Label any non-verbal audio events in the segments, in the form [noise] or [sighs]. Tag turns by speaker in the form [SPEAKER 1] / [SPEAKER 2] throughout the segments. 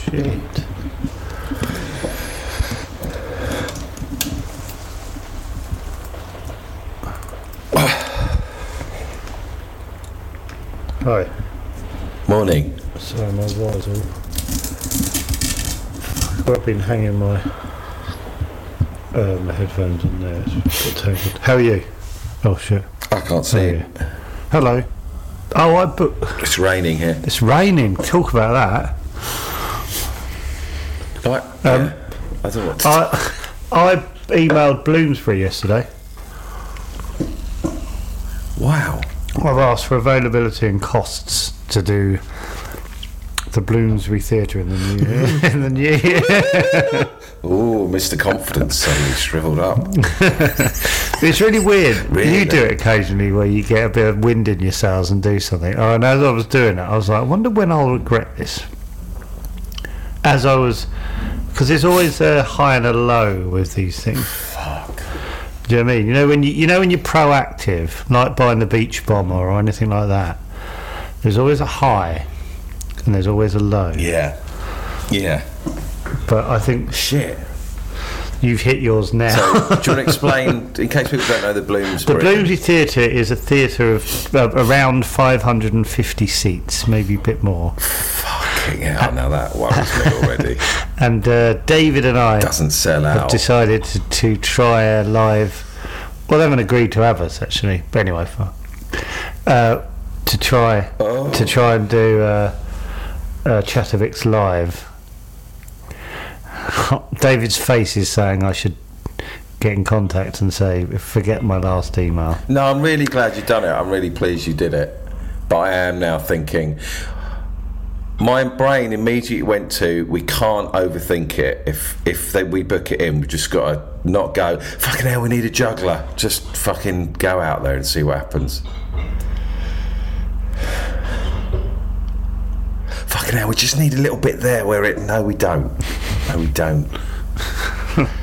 [SPEAKER 1] Shit. Hi.
[SPEAKER 2] Morning.
[SPEAKER 1] Sorry, my wires all. Well, I've been hanging my uh, my headphones on there. It's got tangled. How are you? Oh shit.
[SPEAKER 2] I can't
[SPEAKER 1] How
[SPEAKER 2] see
[SPEAKER 1] are
[SPEAKER 2] you.
[SPEAKER 1] you? Hello. Oh, I booked.
[SPEAKER 2] It's raining here.
[SPEAKER 1] It's raining. Talk about that.
[SPEAKER 2] Like, yeah. I don't know what to
[SPEAKER 1] I I emailed Bloomsbury yesterday.
[SPEAKER 2] Wow.
[SPEAKER 1] I've asked for availability and costs to do the Bloomsbury Theatre in the new year. [laughs] in the new year.
[SPEAKER 2] Oh, Mr. Confidence suddenly shriveled up.
[SPEAKER 1] It's really weird. You
[SPEAKER 2] Really?
[SPEAKER 1] do it occasionally where you get a bit of wind in your sails and do something. Oh, and as I was doing it, I was like, I wonder when I'll regret this. As I was, because it's always a high and a low with these things.
[SPEAKER 2] Fuck.
[SPEAKER 1] Do you know what I mean? You know when you, you know when you're proactive, like buying the beach bomber or anything like that. There's always a high, and there's always a low.
[SPEAKER 2] Yeah. Yeah.
[SPEAKER 1] But I think
[SPEAKER 2] Shit.
[SPEAKER 1] you've hit yours now.
[SPEAKER 2] So, do you want to explain, in case people don't know, the
[SPEAKER 1] the
[SPEAKER 2] Bloomsbury?
[SPEAKER 1] Bloomsbury Theatre is a theatre of uh, around 550 seats, maybe a bit more.
[SPEAKER 2] Fucking hell, now that worries me already.
[SPEAKER 1] And uh, David and I
[SPEAKER 2] Doesn't sell
[SPEAKER 1] have
[SPEAKER 2] out.
[SPEAKER 1] decided to, to try a live. Well, they haven't agreed to have us actually, but anyway, fine. Uh, to try
[SPEAKER 2] Oh.
[SPEAKER 1] to try and do uh, uh, Chattervix live. [laughs] David's face is saying I should get in contact and say forget my last email.
[SPEAKER 2] No, I'm really glad you've done it. I'm really pleased you did it. But I am now thinking. My brain immediately went to we can't overthink it. If if they, we book it in, we just got to not go. Fucking hell, we need a juggler. Just fucking go out there and see what happens. Fucking hell, we just need a little bit there where it. No, we don't. No, we don't.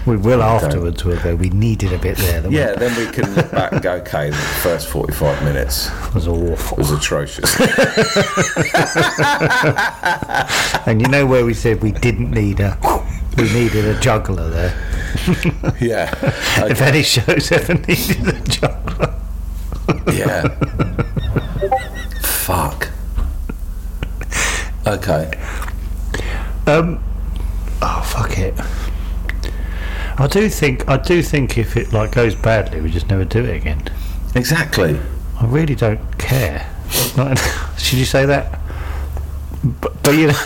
[SPEAKER 1] We will afterwards. We'll go. We needed a bit there. That
[SPEAKER 2] Yeah, then we can look back. and go, Okay, the first forty-five minutes
[SPEAKER 1] was awful. [laughs]
[SPEAKER 2] was atrocious.
[SPEAKER 1] And you know where we said we didn't need a. We needed a juggler there.
[SPEAKER 2] Yeah.
[SPEAKER 1] [laughs] If any shows ever needed a juggler.
[SPEAKER 2] yeah. Fuck. Okay.
[SPEAKER 1] Um, oh fuck it. I do think I do think if it like goes badly, we just never do it again.
[SPEAKER 2] Exactly.
[SPEAKER 1] I really don't care. Not en- [laughs] should you say that? But, but you know, [laughs]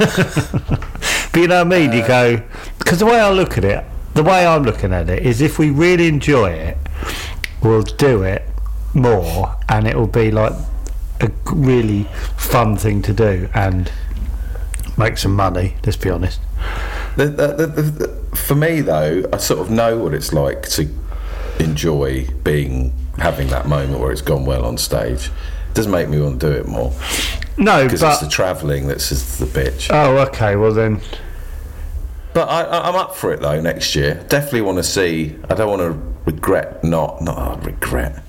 [SPEAKER 1] but you know what I mean.
[SPEAKER 2] Uh,
[SPEAKER 1] you go because the way I look at it, the way I'm looking at it is if we really enjoy it, we'll do it more, and it will be like a g- really fun thing to do and make some money. Let's be honest.
[SPEAKER 2] The, the, the, the, the- for me, though, I sort of know what it's like to enjoy being having that moment where it's gone well on stage. doesn't make me want to do it more
[SPEAKER 1] No,
[SPEAKER 2] because it's the
[SPEAKER 1] but
[SPEAKER 2] travelling that's just the bitch.
[SPEAKER 1] oh, okay. Well then,
[SPEAKER 2] But I, I, I'm up for it though next year. Definitely want to see. I don't want to regret not not oh, regret.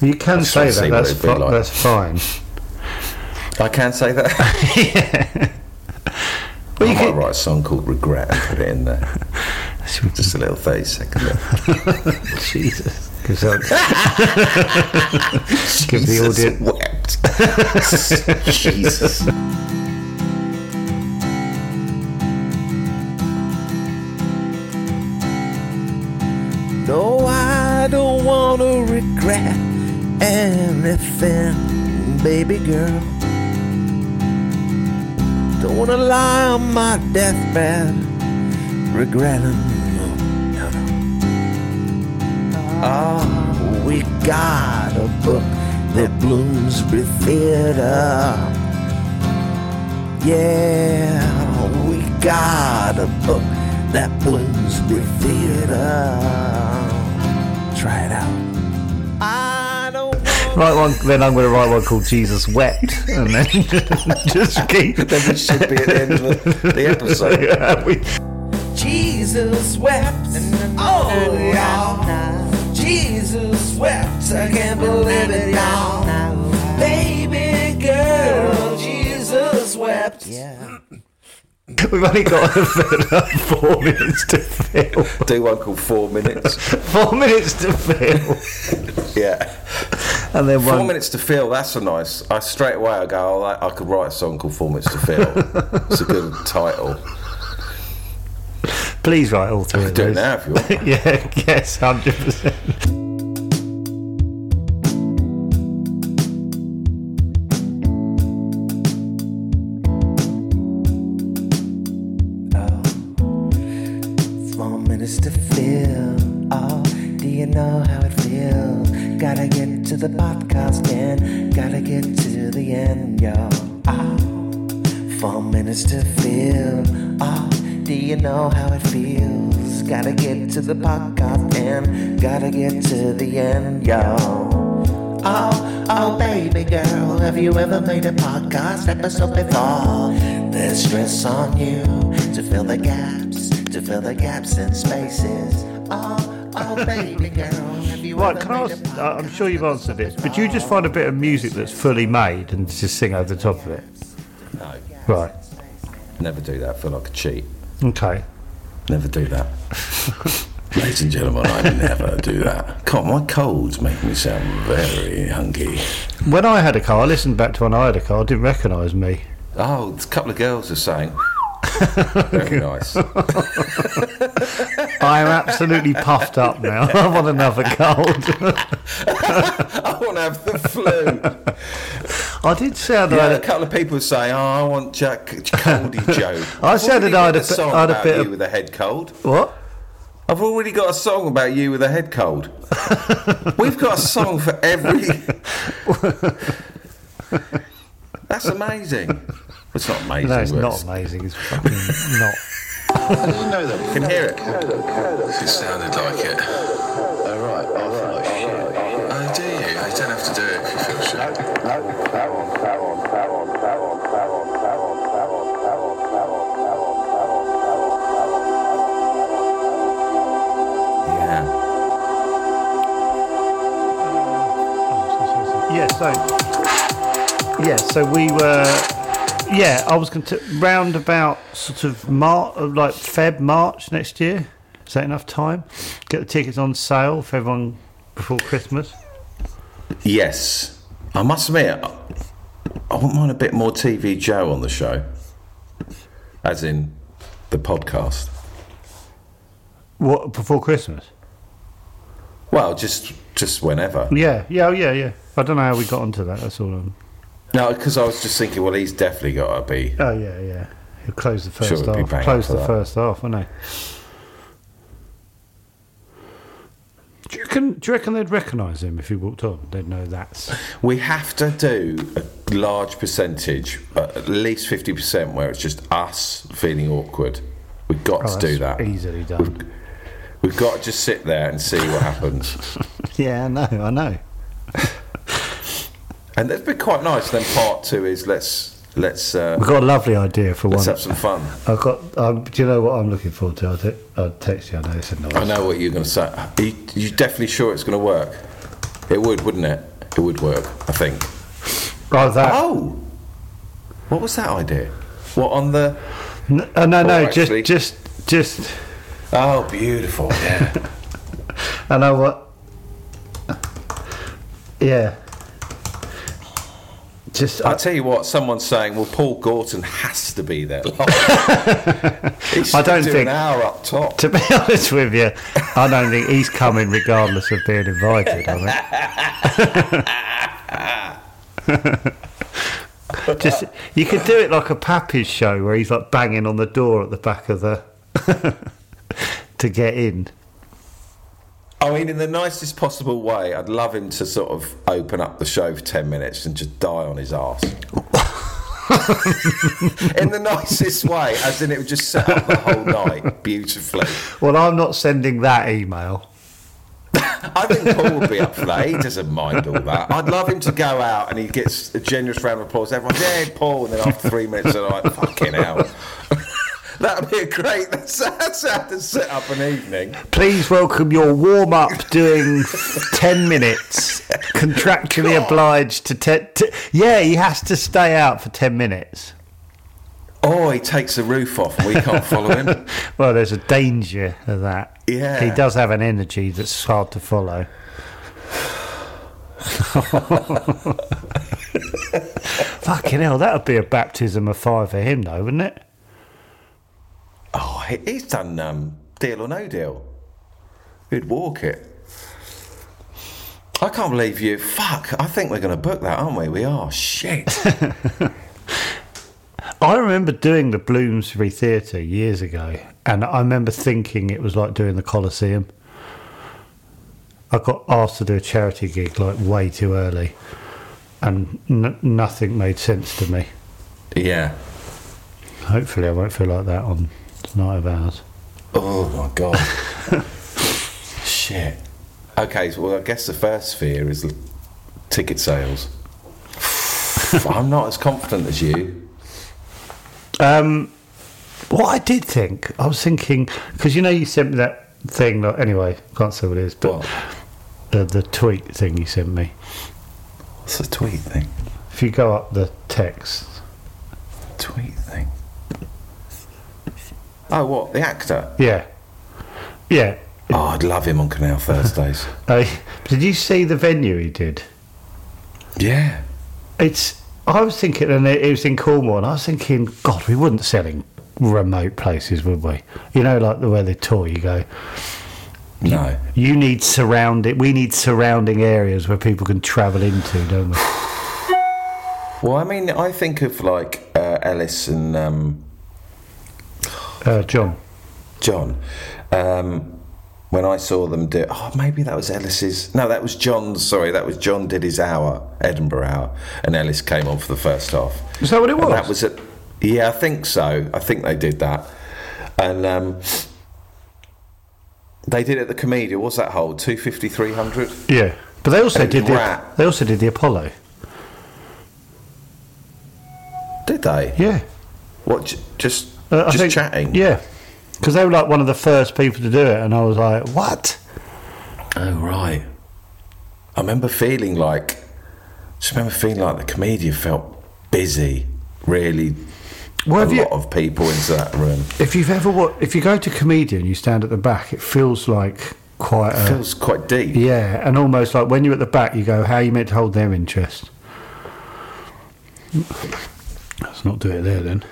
[SPEAKER 1] you can say that.
[SPEAKER 2] trying to see what
[SPEAKER 1] That's
[SPEAKER 2] it'd be
[SPEAKER 1] fi-
[SPEAKER 2] like.
[SPEAKER 1] that's fine.
[SPEAKER 2] I can say
[SPEAKER 1] [laughs]
[SPEAKER 2] that.
[SPEAKER 1] Well, you
[SPEAKER 2] I might
[SPEAKER 1] could-
[SPEAKER 2] write a song called [laughs] Regret and put it in there. Just a little 30 second. bit.
[SPEAKER 1] Jesus. Gives, [laughs] out, gives uh, the
[SPEAKER 2] Jesus
[SPEAKER 1] audience.
[SPEAKER 2] wept. Jesus.
[SPEAKER 3] No, I don't want to regret anything, baby girl. Don't want to lie on my deathbed regretting. Oh, we got a book that Bloomsbury Theater. Yeah, we got a book that Bloomsbury Theater. Try it out. I don't want
[SPEAKER 1] Write one, then I'm going to write one called Jesus Wept, and then [laughs] just keep.
[SPEAKER 2] then we should be at the end of the- the episode.
[SPEAKER 1] Yeah, we-
[SPEAKER 3] Jesus wept. Oh, y'all. Jesus wept. I can't believe it, y'all. Baby girl, Jesus wept. Yeah.
[SPEAKER 1] we've only got a further four minutes to fill.
[SPEAKER 2] Do one called Four Minutes.
[SPEAKER 1] Four minutes to fill,
[SPEAKER 2] Yeah.
[SPEAKER 1] and then
[SPEAKER 2] Four
[SPEAKER 1] one.
[SPEAKER 2] Minutes to Feel, that's a nice. I straight away I go, oh, I, I could write a song called Four Minutes to Feel. it's
[SPEAKER 1] [laughs]
[SPEAKER 2] a good title.
[SPEAKER 1] Please write all three. of
[SPEAKER 2] Do it
[SPEAKER 1] those.
[SPEAKER 2] now if you
[SPEAKER 1] [laughs]
[SPEAKER 2] want.
[SPEAKER 1] Yeah. Yes. Hundred percent.
[SPEAKER 3] Small minutes to fill. Oh, do you know how it feels? Gotta get to the podcast and gotta get to the end, y'all. Oh, four minutes to fill. Oh, do you know how it feels? Gotta get to the podcast and gotta get to the end, y'all. Oh, oh, baby girl, have you ever made a podcast episode before? There's stress on you to fill the gaps, to fill the gaps and spaces. Oh, oh, baby girl, have you
[SPEAKER 1] Right,
[SPEAKER 3] ever
[SPEAKER 1] can I
[SPEAKER 3] made a
[SPEAKER 1] ask,
[SPEAKER 3] podcast?
[SPEAKER 1] I- I'm sure you've answered this, but do you just find a bit of music that's fully made and just sing over the top of it?
[SPEAKER 2] No,
[SPEAKER 1] Right.
[SPEAKER 2] never do that. I feel like a cheat.
[SPEAKER 1] Okay.
[SPEAKER 2] Never do
[SPEAKER 1] [laughs]
[SPEAKER 2] that. Ladies and gentlemen, I never do that. God, my colds make me sound very hunky.
[SPEAKER 1] When I had a car, I listened back to when I had a car, I didn't recognise me.
[SPEAKER 2] Oh, a couple of girls are saying.
[SPEAKER 1] [laughs]
[SPEAKER 2] Very nice.
[SPEAKER 1] I am absolutely puffed up now. [laughs] I want another cold. [laughs]
[SPEAKER 2] I want to have the flu.
[SPEAKER 1] I did sound
[SPEAKER 2] Yeah,
[SPEAKER 1] like
[SPEAKER 2] a couple of people say, "Oh, I want Jack Coldy Joe."
[SPEAKER 1] [laughs] I said
[SPEAKER 2] already
[SPEAKER 1] that I
[SPEAKER 2] got
[SPEAKER 1] had a bit-
[SPEAKER 2] song
[SPEAKER 1] I had a
[SPEAKER 2] about
[SPEAKER 1] bit
[SPEAKER 2] you
[SPEAKER 1] of-
[SPEAKER 2] with a head cold.
[SPEAKER 1] what?
[SPEAKER 2] I've already got a song about you with a
[SPEAKER 1] [laughs]
[SPEAKER 2] head cold. We've got a song for every. That's amazing. Well, It's not amazing.
[SPEAKER 1] No, it's
[SPEAKER 2] but
[SPEAKER 1] not amazing. It's fucking not.
[SPEAKER 2] You can hear it.
[SPEAKER 4] It sounded like it. Oh, right. Oh, Oh, do you? You don't have to do it if you feel shit.
[SPEAKER 2] Yeah.
[SPEAKER 1] Yeah, so yeah, so we were yeah. I was going to round about sort of March, like Feb, March next year. Is that enough time? Get the tickets on sale for everyone before Christmas.
[SPEAKER 2] Yes. I must admit, I I wouldn't mind a bit more TV Joe on the show, as in the podcast.
[SPEAKER 1] What before Christmas?
[SPEAKER 2] Well, just just whenever.
[SPEAKER 1] Yeah, yeah, oh, yeah, yeah. I don't know how we got onto that. That's all. I'm,
[SPEAKER 2] No, because I was just thinking, well, he's definitely got to be.
[SPEAKER 1] oh yeah, yeah. He'll close the
[SPEAKER 2] Sure,
[SPEAKER 1] first
[SPEAKER 2] we'll be
[SPEAKER 1] half.
[SPEAKER 2] bang up
[SPEAKER 1] Close
[SPEAKER 2] for
[SPEAKER 1] the
[SPEAKER 2] that.
[SPEAKER 1] first half, won't he? Do you, reckon, do you reckon they'd recognise him if he walked on? They'd know that's
[SPEAKER 2] We have to do a large percentage, uh, at least 50%, where it's just us feeling awkward. We've got
[SPEAKER 1] Oh,
[SPEAKER 2] to do
[SPEAKER 1] that's
[SPEAKER 2] that.
[SPEAKER 1] easily
[SPEAKER 2] [laughs]
[SPEAKER 1] done.
[SPEAKER 2] We've got to just sit there and see
[SPEAKER 1] [laughs]
[SPEAKER 2] what happens.
[SPEAKER 1] Yeah, I know, I know.
[SPEAKER 2] and that'd be quite nice. Then part two is let's let's uh,
[SPEAKER 1] I've got a lovely idea for
[SPEAKER 2] let's
[SPEAKER 1] one.
[SPEAKER 2] have some fun.
[SPEAKER 1] I've got. Um, do you know what I'm looking forward to? I'll, te- I'll text you. I know it's annoying.
[SPEAKER 2] I know what you're going to say. Are you, you definitely sure it's going to work? It would, wouldn't it? It would work, I think.
[SPEAKER 1] Right, that.
[SPEAKER 2] Oh, what was that idea? What on the?
[SPEAKER 1] N- uh, no, no,
[SPEAKER 2] Or
[SPEAKER 1] just,
[SPEAKER 2] actually-
[SPEAKER 1] just, just.
[SPEAKER 2] Oh, beautiful. Yeah.
[SPEAKER 1] I know what. Yeah. Just
[SPEAKER 2] I
[SPEAKER 1] I,
[SPEAKER 2] tell you what, someone's saying, well, Paul Gorton has to
[SPEAKER 1] [laughs]
[SPEAKER 2] be there. He's
[SPEAKER 1] I don't
[SPEAKER 2] doing
[SPEAKER 1] think-
[SPEAKER 2] an hour up
[SPEAKER 1] [laughs]
[SPEAKER 2] top.
[SPEAKER 1] to be honest with you, I don't think he's coming regardless of being invited. I think. [laughs] Just you could do it like a Pappy's show where he's like banging on the door at the back of the [laughs] to get in.
[SPEAKER 2] I mean, in the nicest possible way, I'd love him to sort of open up the show for 10 minutes and just die on his arse.
[SPEAKER 1] [laughs]
[SPEAKER 2] in the nicest way, as in it would just set up the whole night beautifully.
[SPEAKER 1] Well, I'm not sending that email.
[SPEAKER 2] I think Paul would be up for that. He doesn't mind all that. I'd love him to go out and he gets a generous round of applause. Everyone's, yeah, Paul. And then after three minutes, they're like, fucking hell. [laughs] That'd be a great. That's, that's how to set up an evening.
[SPEAKER 1] Please welcome your warm up doing [laughs] 10 minutes. Contractually obliged to, te- to. Yeah, he has to stay out for 10 minutes.
[SPEAKER 2] Oh, he takes the roof off. We can't follow him.
[SPEAKER 1] [laughs] Well, there's a danger of that.
[SPEAKER 2] Yeah.
[SPEAKER 1] He does have an energy that's hard to
[SPEAKER 2] [laughs]
[SPEAKER 1] follow. Fucking hell, that would be a baptism of fire for him, though, wouldn't it?
[SPEAKER 2] Oh, he- he's done um, Deal or No Deal. He'd walk it. I can't believe you. Fuck. I think we're going to book that, aren't we? We are. Shit.
[SPEAKER 1] I remember doing the Bloomsbury Theatre years ago, and I remember thinking it was like doing the Coliseum. I got asked to do a charity gig like way too early, and n- nothing made sense to me.
[SPEAKER 2] yeah.
[SPEAKER 1] Hopefully, I won't feel like that on Night of Ours.
[SPEAKER 2] Oh my god. [laughs] Shit. Okay, so, well, I guess the first fear is the ticket sales. [sighs] I'm not as confident as you.
[SPEAKER 1] What I did think, I was thinking, because you know, you sent me that thing, like, anyway, can't say what it is, but
[SPEAKER 2] What?
[SPEAKER 1] the, the tweet thing you sent me.
[SPEAKER 2] What's the tweet thing?
[SPEAKER 1] If you go up the text,
[SPEAKER 2] Tweet thing. Oh, what? The actor?
[SPEAKER 1] yeah, yeah,
[SPEAKER 2] Oh, I'd love him on Canal Thursdays.
[SPEAKER 1] Uh, did you see the venue he did?
[SPEAKER 2] [laughs] yeah.
[SPEAKER 1] It's. I was thinking, and it, it was in Cornwall, and I was thinking, God, we wouldn't sell in remote places, would we? You know, like the way they tour, you go,
[SPEAKER 2] No.
[SPEAKER 1] you need surrounding, we need surrounding areas where people can travel into, don't we?
[SPEAKER 2] Well, I mean, I think of like uh, Ellis and um,
[SPEAKER 1] Uh, John.
[SPEAKER 2] John. Um, when I saw them do, oh, maybe that was Ellis's. No, that was John's. Sorry, that was John did his hour, Edinburgh hour, and Ellis came on for the first half.
[SPEAKER 1] Is that what it
[SPEAKER 2] And
[SPEAKER 1] was?
[SPEAKER 2] that was it. Yeah, I think so. I think they did that, and um, they did it at the Comedia. What's that hold? 250, 300?
[SPEAKER 1] Yeah, but they also
[SPEAKER 2] And
[SPEAKER 1] did the,
[SPEAKER 2] Rat.
[SPEAKER 1] they also did the Apollo.
[SPEAKER 2] Did they?
[SPEAKER 1] Yeah,
[SPEAKER 2] What? j- Just
[SPEAKER 1] Uh, I
[SPEAKER 2] just
[SPEAKER 1] think-
[SPEAKER 2] chatting.
[SPEAKER 1] Yeah, because they were like one of the first people to do it, and I was like, what?
[SPEAKER 2] Oh right. I remember feeling like just remember feeling like the comedian felt busy, really
[SPEAKER 1] Well,
[SPEAKER 2] a
[SPEAKER 1] have you-
[SPEAKER 2] lot of people into that room.
[SPEAKER 1] If you've ever wa- if you go to comedian, you stand at the back. It feels like quite a
[SPEAKER 2] Feels quite deep.
[SPEAKER 1] Uh, yeah, and almost like when you're at the back, you go, how are you meant to hold their interest? Let's not do it there then.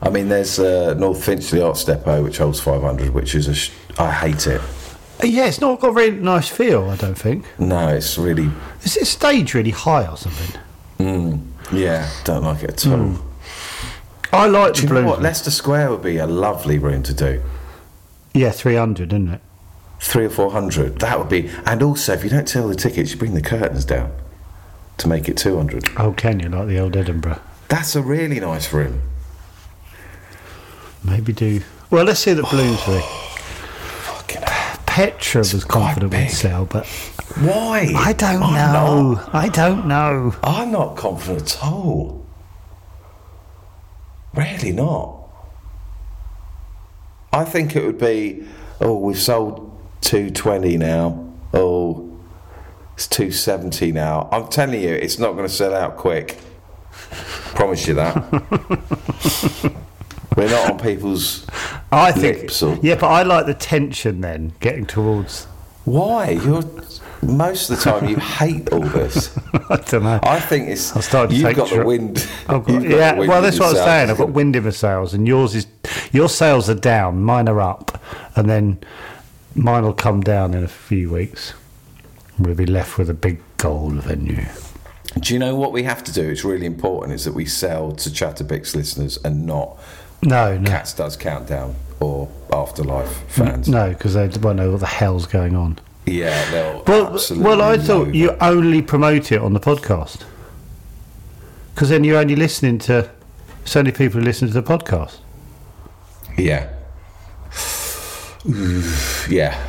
[SPEAKER 2] I mean there's uh, North Finchley Arts Depot which holds 500 which is a sh- I hate it.
[SPEAKER 1] Uh, Yeah, it's not got a really nice feel. I don't think.
[SPEAKER 2] No, it's really mm,
[SPEAKER 1] Is it stage really high or something?
[SPEAKER 2] yeah, don't like it at all.
[SPEAKER 1] Mm, I like
[SPEAKER 2] Do
[SPEAKER 1] the
[SPEAKER 2] you know what?
[SPEAKER 1] blue.
[SPEAKER 2] Leicester Square would be a lovely room to do.
[SPEAKER 1] Yeah, three hundred, isn't it?
[SPEAKER 2] Three or four hundred. That would be. And also, if you don't sell the tickets, you bring the curtains down to make it two hundred.
[SPEAKER 1] Oh, can you like the old Edinburgh?
[SPEAKER 2] That's a really nice room.
[SPEAKER 1] Maybe do. Well, let's see that Bloomsbury.
[SPEAKER 2] Fucking
[SPEAKER 1] [gasps] Petra was
[SPEAKER 2] quite
[SPEAKER 1] confident would
[SPEAKER 2] big.
[SPEAKER 1] sell, but Oh,
[SPEAKER 2] Why?
[SPEAKER 1] I don't
[SPEAKER 2] I'm
[SPEAKER 1] know.
[SPEAKER 2] Not,
[SPEAKER 1] I don't know.
[SPEAKER 2] I'm not confident at all. Really not. I think it would be, oh, we've sold 220 now. Oh, it's 270 now. I'm telling you, it's not going to sell out quick. Promise
[SPEAKER 1] [laughs]
[SPEAKER 2] you that. We're not on people's
[SPEAKER 1] I think.
[SPEAKER 2] Lips or-
[SPEAKER 1] Yeah, but I like the tension then getting towards [laughs]
[SPEAKER 2] Why? You're most of the time you hate all this.
[SPEAKER 1] I don't know.
[SPEAKER 2] I think it's
[SPEAKER 1] I started to
[SPEAKER 2] you've
[SPEAKER 1] take
[SPEAKER 2] got the
[SPEAKER 1] tr-
[SPEAKER 2] wind.
[SPEAKER 1] I've got,
[SPEAKER 2] you've got the
[SPEAKER 1] yeah,
[SPEAKER 2] wind
[SPEAKER 1] well,
[SPEAKER 2] in
[SPEAKER 1] that's
[SPEAKER 2] your
[SPEAKER 1] what I was
[SPEAKER 2] sails.
[SPEAKER 1] saying. I've got wind in my sails, and yours is your sails are down, mine are up, and then mine will come down in a few weeks. We'll be left with a big goal venue.
[SPEAKER 2] Do you know what we have to do? It's really important. Is that we sell to Chatterbix listeners and not
[SPEAKER 1] No, no,
[SPEAKER 2] Cats Does Countdown or Afterlife fans.
[SPEAKER 1] no, because they won't know what the hell's going on.
[SPEAKER 2] Yeah, they'll
[SPEAKER 1] Well,
[SPEAKER 2] absolutely
[SPEAKER 1] well, I thought
[SPEAKER 2] loathe
[SPEAKER 1] you
[SPEAKER 2] it.
[SPEAKER 1] only promote it on the podcast because then you're only listening to so many people who listen to the podcast.
[SPEAKER 2] Yeah.
[SPEAKER 1] [laughs]
[SPEAKER 2] yeah.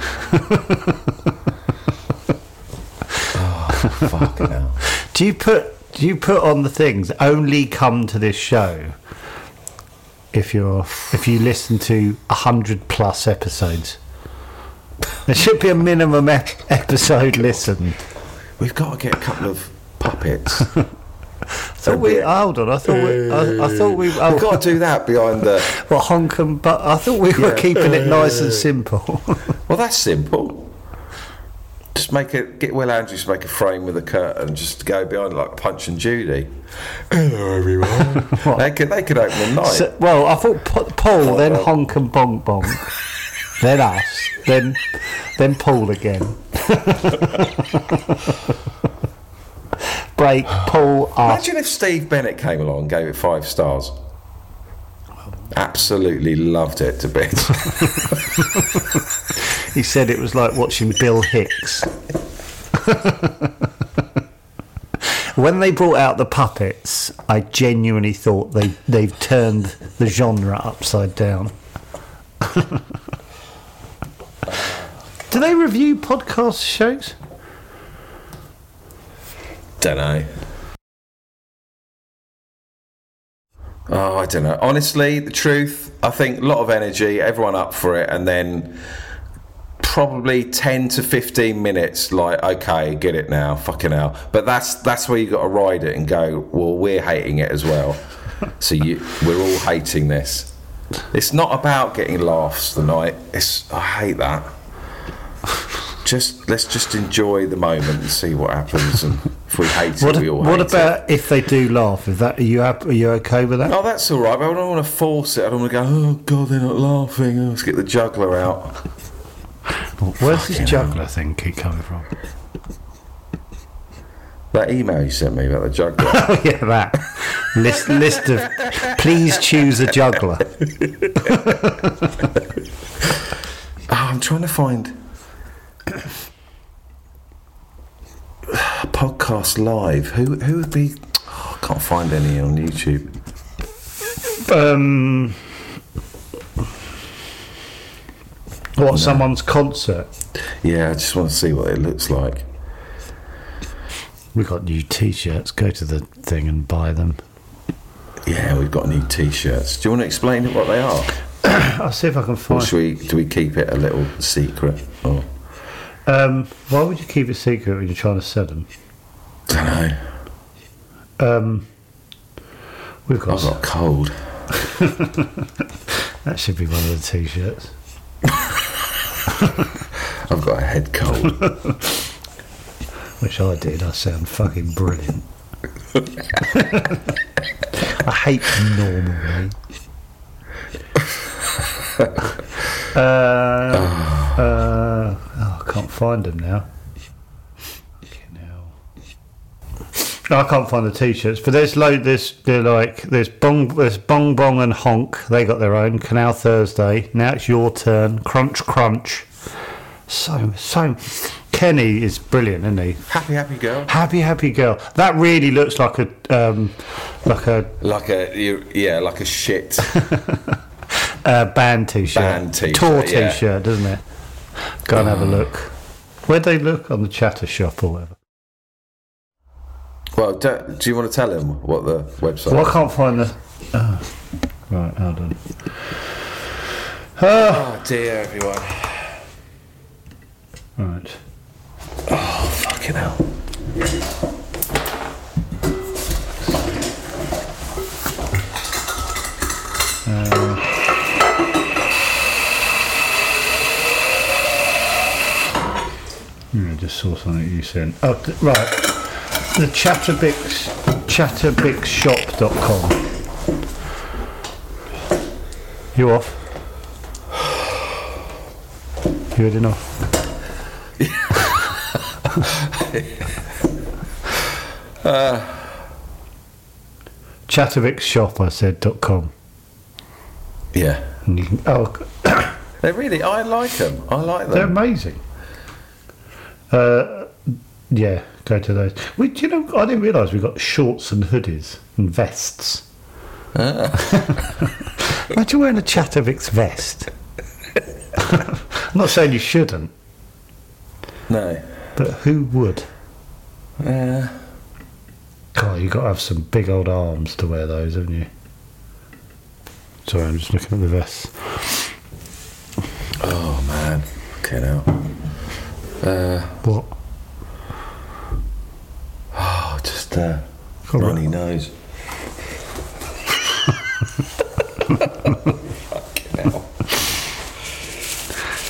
[SPEAKER 2] oh, fuck now.
[SPEAKER 1] Do you put do you put on the things only come to this show if you're if you listen to hundred plus episodes? There should be a minimum ep- episode listen.
[SPEAKER 2] We've got to get a couple of
[SPEAKER 1] [laughs]
[SPEAKER 2] puppets.
[SPEAKER 1] Oh. Thought we, hold on, I thought we, I, I thought we,
[SPEAKER 2] We've
[SPEAKER 1] oh,
[SPEAKER 2] got to do that behind the.
[SPEAKER 1] well, honk and but I thought we were
[SPEAKER 2] Yeah.
[SPEAKER 1] keeping it nice and simple.
[SPEAKER 2] Well, that's simple. Just make a get Will Andrews to make a frame with a curtain, and just go behind it like Punch and Judy. [clears throat] Hello, everyone. they could they could open the night.
[SPEAKER 1] So- well, I thought Pa- Paul, then honk and bonk bonk, then us, then then Paul again. Break, Paul, us.
[SPEAKER 2] Imagine if Steve Bennett came along and gave it five stars. Absolutely loved it to bits.
[SPEAKER 1] He said it was like watching Bill Hicks. when they brought out the puppets, I genuinely thought they they've turned the genre upside down. [laughs] Do they review podcast shows?
[SPEAKER 2] don't know. Oh, I don't know. Honestly, the truth, I think a lot of energy, everyone up for it, and then probably 10 to 15 minutes like okay get it now fucking hell but that's that's where you got to ride it and go well we're hating it as well so you we're all hating this it's not about getting laughs tonight it's i hate that just let's just enjoy the moment and see what happens and if we hate
[SPEAKER 1] What,
[SPEAKER 2] it we all
[SPEAKER 1] what
[SPEAKER 2] hate it.
[SPEAKER 1] about if they do laugh? Is that are you hap- are you okay with that?
[SPEAKER 2] Oh, that's all right, but I don't want to force it. I don't want to go, oh, God, they're not laughing. Oh, let's get the juggler out.
[SPEAKER 1] Where's this juggler thing keep coming from?
[SPEAKER 2] That email you sent me about the juggler.
[SPEAKER 1] Oh [laughs] yeah, that list list of please choose a juggler.
[SPEAKER 2] Oh, I'm trying to find podcast live. Who who would be? Oh, I can't find any on YouTube.
[SPEAKER 1] Um, what someone's concert?
[SPEAKER 2] Yeah, I just want to see what it looks like.
[SPEAKER 1] We got new T-shirts. Go to the thing and buy them.
[SPEAKER 2] Yeah, we've got new T-shirts. Do you want to explain what they are,
[SPEAKER 1] I'll see if I can
[SPEAKER 2] or
[SPEAKER 1] find.
[SPEAKER 2] should we do we keep it a little secret? Oh, Or
[SPEAKER 1] Um, why would you keep it secret when you're trying to sell them?
[SPEAKER 2] don't know.
[SPEAKER 1] We've
[SPEAKER 2] I've
[SPEAKER 1] got
[SPEAKER 2] got a cold.
[SPEAKER 1] that. Should be one of the T-shirts.
[SPEAKER 2] I've got a head cold.
[SPEAKER 1] which I did. I sound fucking brilliant. [laughs] I hate normal me. uh, uh, oh, I can't find them now. Fucking hell. I can't find the t-shirts, but there's load. There's they're like there's bong, there's bong bong and honk. They got their own Canal Thursday. Now it's your turn. Crunch crunch. So so, Kenny is brilliant, isn't he?
[SPEAKER 2] happy, happy girl.
[SPEAKER 1] Happy, happy girl. That really looks like a, um, like a,
[SPEAKER 2] Like a you- yeah, like
[SPEAKER 1] [laughs]
[SPEAKER 2] a shit.
[SPEAKER 1] a band t-shirt,
[SPEAKER 2] Band t-shirt,
[SPEAKER 1] tour
[SPEAKER 2] yeah.
[SPEAKER 1] t-shirt, doesn't it? Go and have a look. Where'd they look on the Chatter Shop or whatever?
[SPEAKER 2] well, do, do you want to tell him what the website?
[SPEAKER 1] Well, I can't find the. Oh. Right, hold on. Ah,
[SPEAKER 2] Oh dear, everyone.
[SPEAKER 1] right.
[SPEAKER 2] Fucking hell.
[SPEAKER 1] Hmm, I just saw something you sent. Oh, th- right. The Chatterbix, chatterbixshop.com. You off? [sighs] You had enough? Chatterbixshop, I said, dot com.
[SPEAKER 2] Yeah.
[SPEAKER 1] And you can, oh,
[SPEAKER 2] They really, I like them. I like
[SPEAKER 1] They're
[SPEAKER 2] them.
[SPEAKER 1] amazing. Uh, yeah, go to those. We, do you know, I didn't realise we got shorts and hoodies and vests. [laughs] Imagine wearing a Chattervix vest. I'm not saying you shouldn't,
[SPEAKER 2] No. Uh,
[SPEAKER 1] but who would?
[SPEAKER 2] Yeah.
[SPEAKER 1] God, you've got to have some big old arms to wear those, haven't you? Sorry, I'm just looking at the vests.
[SPEAKER 2] Oh man. Okay now.
[SPEAKER 1] What?
[SPEAKER 2] Oh, just uh,
[SPEAKER 1] All right.
[SPEAKER 2] runny nose.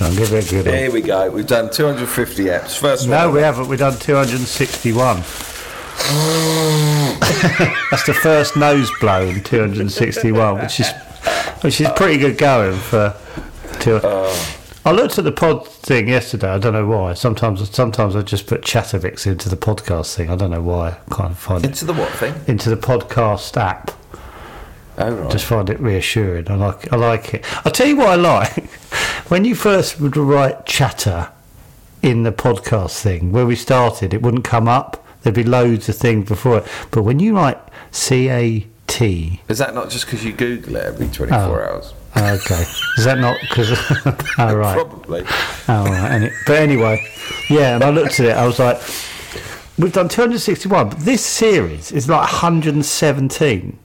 [SPEAKER 1] No, give it a good one.
[SPEAKER 2] Here we go. We've done 250 apps. First one.
[SPEAKER 1] No, we haven't. We've done 261. [laughs] That's the first nose blow in 261, which is which is pretty good going for. Two. I looked at the pod thing yesterday. I don't know why. Sometimes, sometimes I just put Chattervix into the podcast thing. I don't know why. Can't find it
[SPEAKER 2] Into the what thing?
[SPEAKER 1] into the podcast app.
[SPEAKER 2] Oh right.
[SPEAKER 1] Just find it reassuring. I like. I like it. I will tell you what I like. [laughs] When you first would write chatter in the podcast thing where we started, it wouldn't come up. There'd be loads of things before it. But when you write C A T,
[SPEAKER 2] Is that not just because you Google it every 24
[SPEAKER 1] Oh.
[SPEAKER 2] hours?
[SPEAKER 1] okay, is that not because? [laughs] all right.
[SPEAKER 2] Probably.
[SPEAKER 1] Oh, right. And it, but anyway, yeah, and I looked at it, I was like, we've done 261, but this series is like 117.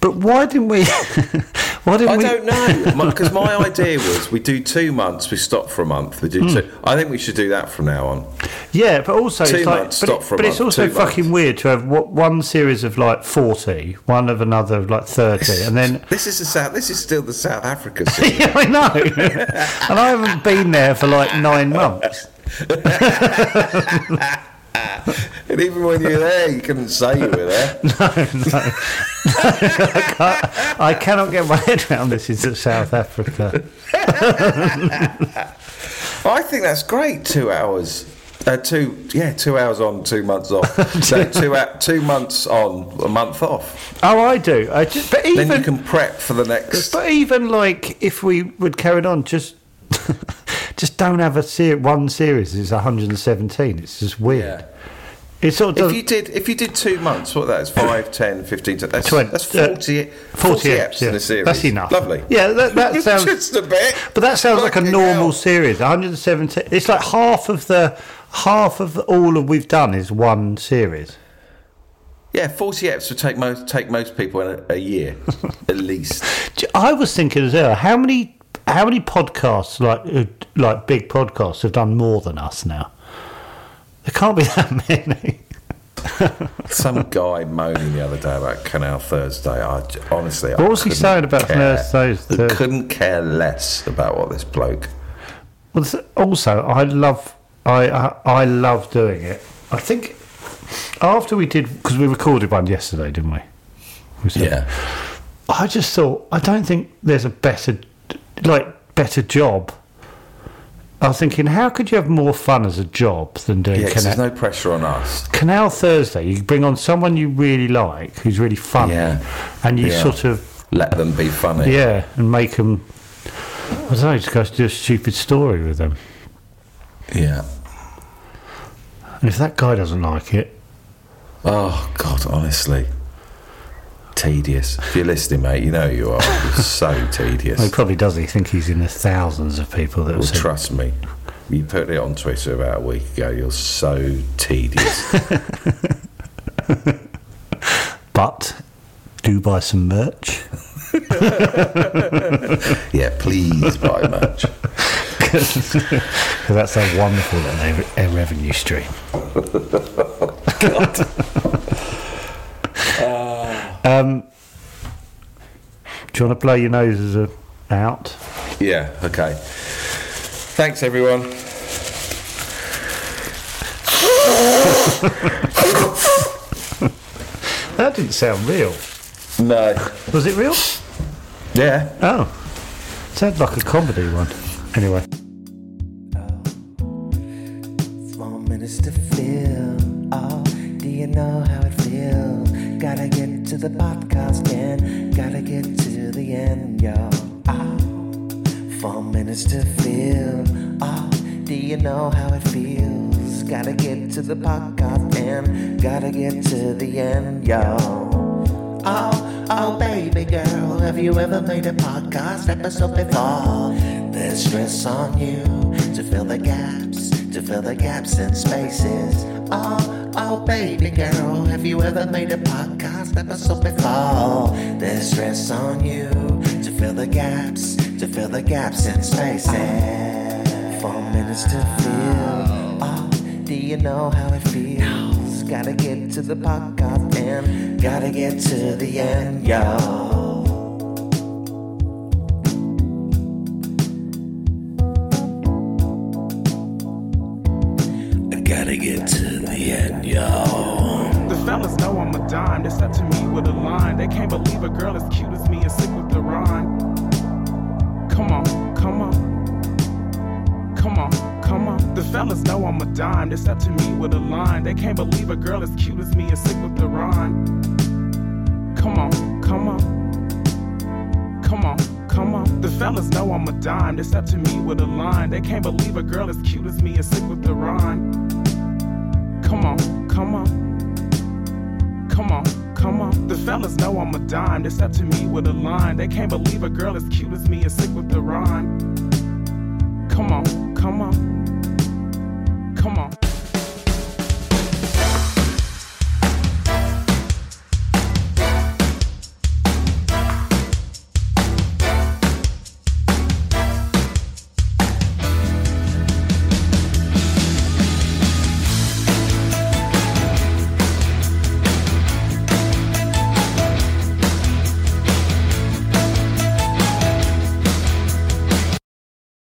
[SPEAKER 1] But why didn't we? [laughs] why didn't
[SPEAKER 2] I
[SPEAKER 1] we?
[SPEAKER 2] don't know because my idea was we do two months, we stop for a month. We do
[SPEAKER 1] Hmm.
[SPEAKER 2] two. I think we should do that from now on.
[SPEAKER 1] Yeah, but also
[SPEAKER 2] Two
[SPEAKER 1] it's like,
[SPEAKER 2] months,
[SPEAKER 1] but,
[SPEAKER 2] stop
[SPEAKER 1] it-
[SPEAKER 2] for a
[SPEAKER 1] but it's
[SPEAKER 2] month,
[SPEAKER 1] also
[SPEAKER 2] two
[SPEAKER 1] fucking
[SPEAKER 2] months.
[SPEAKER 1] weird to have what, one series of like 40, one of another of like 30, and
[SPEAKER 2] [laughs]
[SPEAKER 1] then. [laughs]
[SPEAKER 2] This is the South. This is still the South Africa. scene. [laughs]
[SPEAKER 1] Yeah, I know. and I haven't been there for like nine months.
[SPEAKER 2] and even when you were there, you couldn't say you were there.
[SPEAKER 1] I cannot get my head around this is South Africa.
[SPEAKER 2] I think that's great. Two hours. Uh, two, yeah, two hours on, two months
[SPEAKER 1] [laughs]
[SPEAKER 2] off. so two out, two months on, a month off.
[SPEAKER 1] Oh, I do. I just, but even
[SPEAKER 2] Then you can prep for the next.
[SPEAKER 1] But even like if we would carried on, just [laughs] just don't have a ser- one series is 117. It's just weird.
[SPEAKER 2] Yeah.
[SPEAKER 1] It sort of
[SPEAKER 2] If
[SPEAKER 1] does,
[SPEAKER 2] you did, if you did two months, what that is, 5, 10, 15, that's,
[SPEAKER 1] Twen-
[SPEAKER 2] that's
[SPEAKER 1] uh,
[SPEAKER 2] 40,
[SPEAKER 1] 40
[SPEAKER 2] 40
[SPEAKER 1] eps,
[SPEAKER 2] eps
[SPEAKER 1] yeah.
[SPEAKER 2] in a series.
[SPEAKER 1] That's enough.
[SPEAKER 2] Lovely.
[SPEAKER 1] Yeah, that,
[SPEAKER 2] [laughs]
[SPEAKER 1] that sounds.
[SPEAKER 2] Just a bit.
[SPEAKER 1] But that sounds like a
[SPEAKER 2] Fucking
[SPEAKER 1] normal
[SPEAKER 2] hell.
[SPEAKER 1] series. 117. It's like half of the half of all of we've done is one series.
[SPEAKER 2] Yeah, 40 eps would take most take most people in a,
[SPEAKER 1] [laughs]
[SPEAKER 2] a year, at least.
[SPEAKER 1] Do- I was thinking as well. How many how many podcasts like uh, like big podcasts have done more than us now? There can't be [laughs] that many.
[SPEAKER 2] Some guy moaning the other day about Canal Thursday. I j- honestly, I
[SPEAKER 1] What was he
[SPEAKER 2] couldn't
[SPEAKER 1] saying about
[SPEAKER 2] care.
[SPEAKER 1] Thursdays?
[SPEAKER 2] I
[SPEAKER 1] Thurs-
[SPEAKER 2] couldn't care less about what this bloke.
[SPEAKER 1] Well, th- also, I love I, I I love doing it. I think after we did because we recorded one yesterday, didn't we? We said- I just thought I don't think there's a better like better job. I was thinking, how could you have more fun as a job than doing
[SPEAKER 2] yeah. 'cause
[SPEAKER 1] Cana-
[SPEAKER 2] there's no pressure on us.
[SPEAKER 1] Canal Thursday? You bring on someone you really like, who's really funny,
[SPEAKER 2] Yeah.
[SPEAKER 1] and you
[SPEAKER 2] Yeah.
[SPEAKER 1] sort of
[SPEAKER 2] Let them be funny.
[SPEAKER 1] yeah, and make them. I don't know, just go do a stupid story with them.
[SPEAKER 2] yeah.
[SPEAKER 1] And if that guy doesn't like it,
[SPEAKER 2] Oh God, honestly, tedious. If you're listening, mate, you know you are.
[SPEAKER 1] [laughs]
[SPEAKER 2] You're so tedious.
[SPEAKER 1] well, he probably does. He think he's in the thousands of people that will
[SPEAKER 2] Well,
[SPEAKER 1] say,
[SPEAKER 2] trust me. You put it on Twitter about a week ago. You're so tedious.
[SPEAKER 1] but do buy some merch.
[SPEAKER 2] yeah, please buy merch.
[SPEAKER 1] 'Cause that's a wonderful little re- uh, revenue stream. um, do you want to blow your noses uh, out?
[SPEAKER 2] Yeah. Okay. Thanks, everyone.
[SPEAKER 1] That didn't sound real.
[SPEAKER 2] No.
[SPEAKER 1] Was it real?
[SPEAKER 2] Yeah.
[SPEAKER 1] Oh. Sounds like a comedy one. Anyway.
[SPEAKER 3] Small minutes to fill. Oh, do you know how it feels? Gotta get to the podcast and gotta get to the end, yo. Ah, four minutes to fill. Oh, do you know how it feels? Gotta get to the podcast and gotta get to the end, yo. Oh, oh, baby girl, have you ever made a podcast episode before? There's stress on you to fill the gaps, to fill the gaps and spaces. Oh, oh, baby girl, have you ever made a podcast episode before? There's stress on you to fill the gaps, to fill the gaps and spaces. Four minutes to fill. Oh, do you know how it feels? Gotta get to the podcast and gotta get to the end, yo. I gotta get to the end, yo.
[SPEAKER 5] The fellas know I'm a dime. They up to me with a line. They can't believe a girl as cute as me is sick with the rhyme. Come on, come on. Come on, come on. The fellas know I'm a dime. They up to me with a line. They can't believe a girl as cute as me is sick with the rhyme. Come on, come on. Come on, come on. The fellas know I'm a dime. They up to me with a line. They can't believe a girl as cute as me is sick with the rhyme. Come on, come on. Come on, come on. The fellas know I'm a dime. They up to me with a line. They can't believe a girl as cute as me is sick with the rhyme. Come on, come on.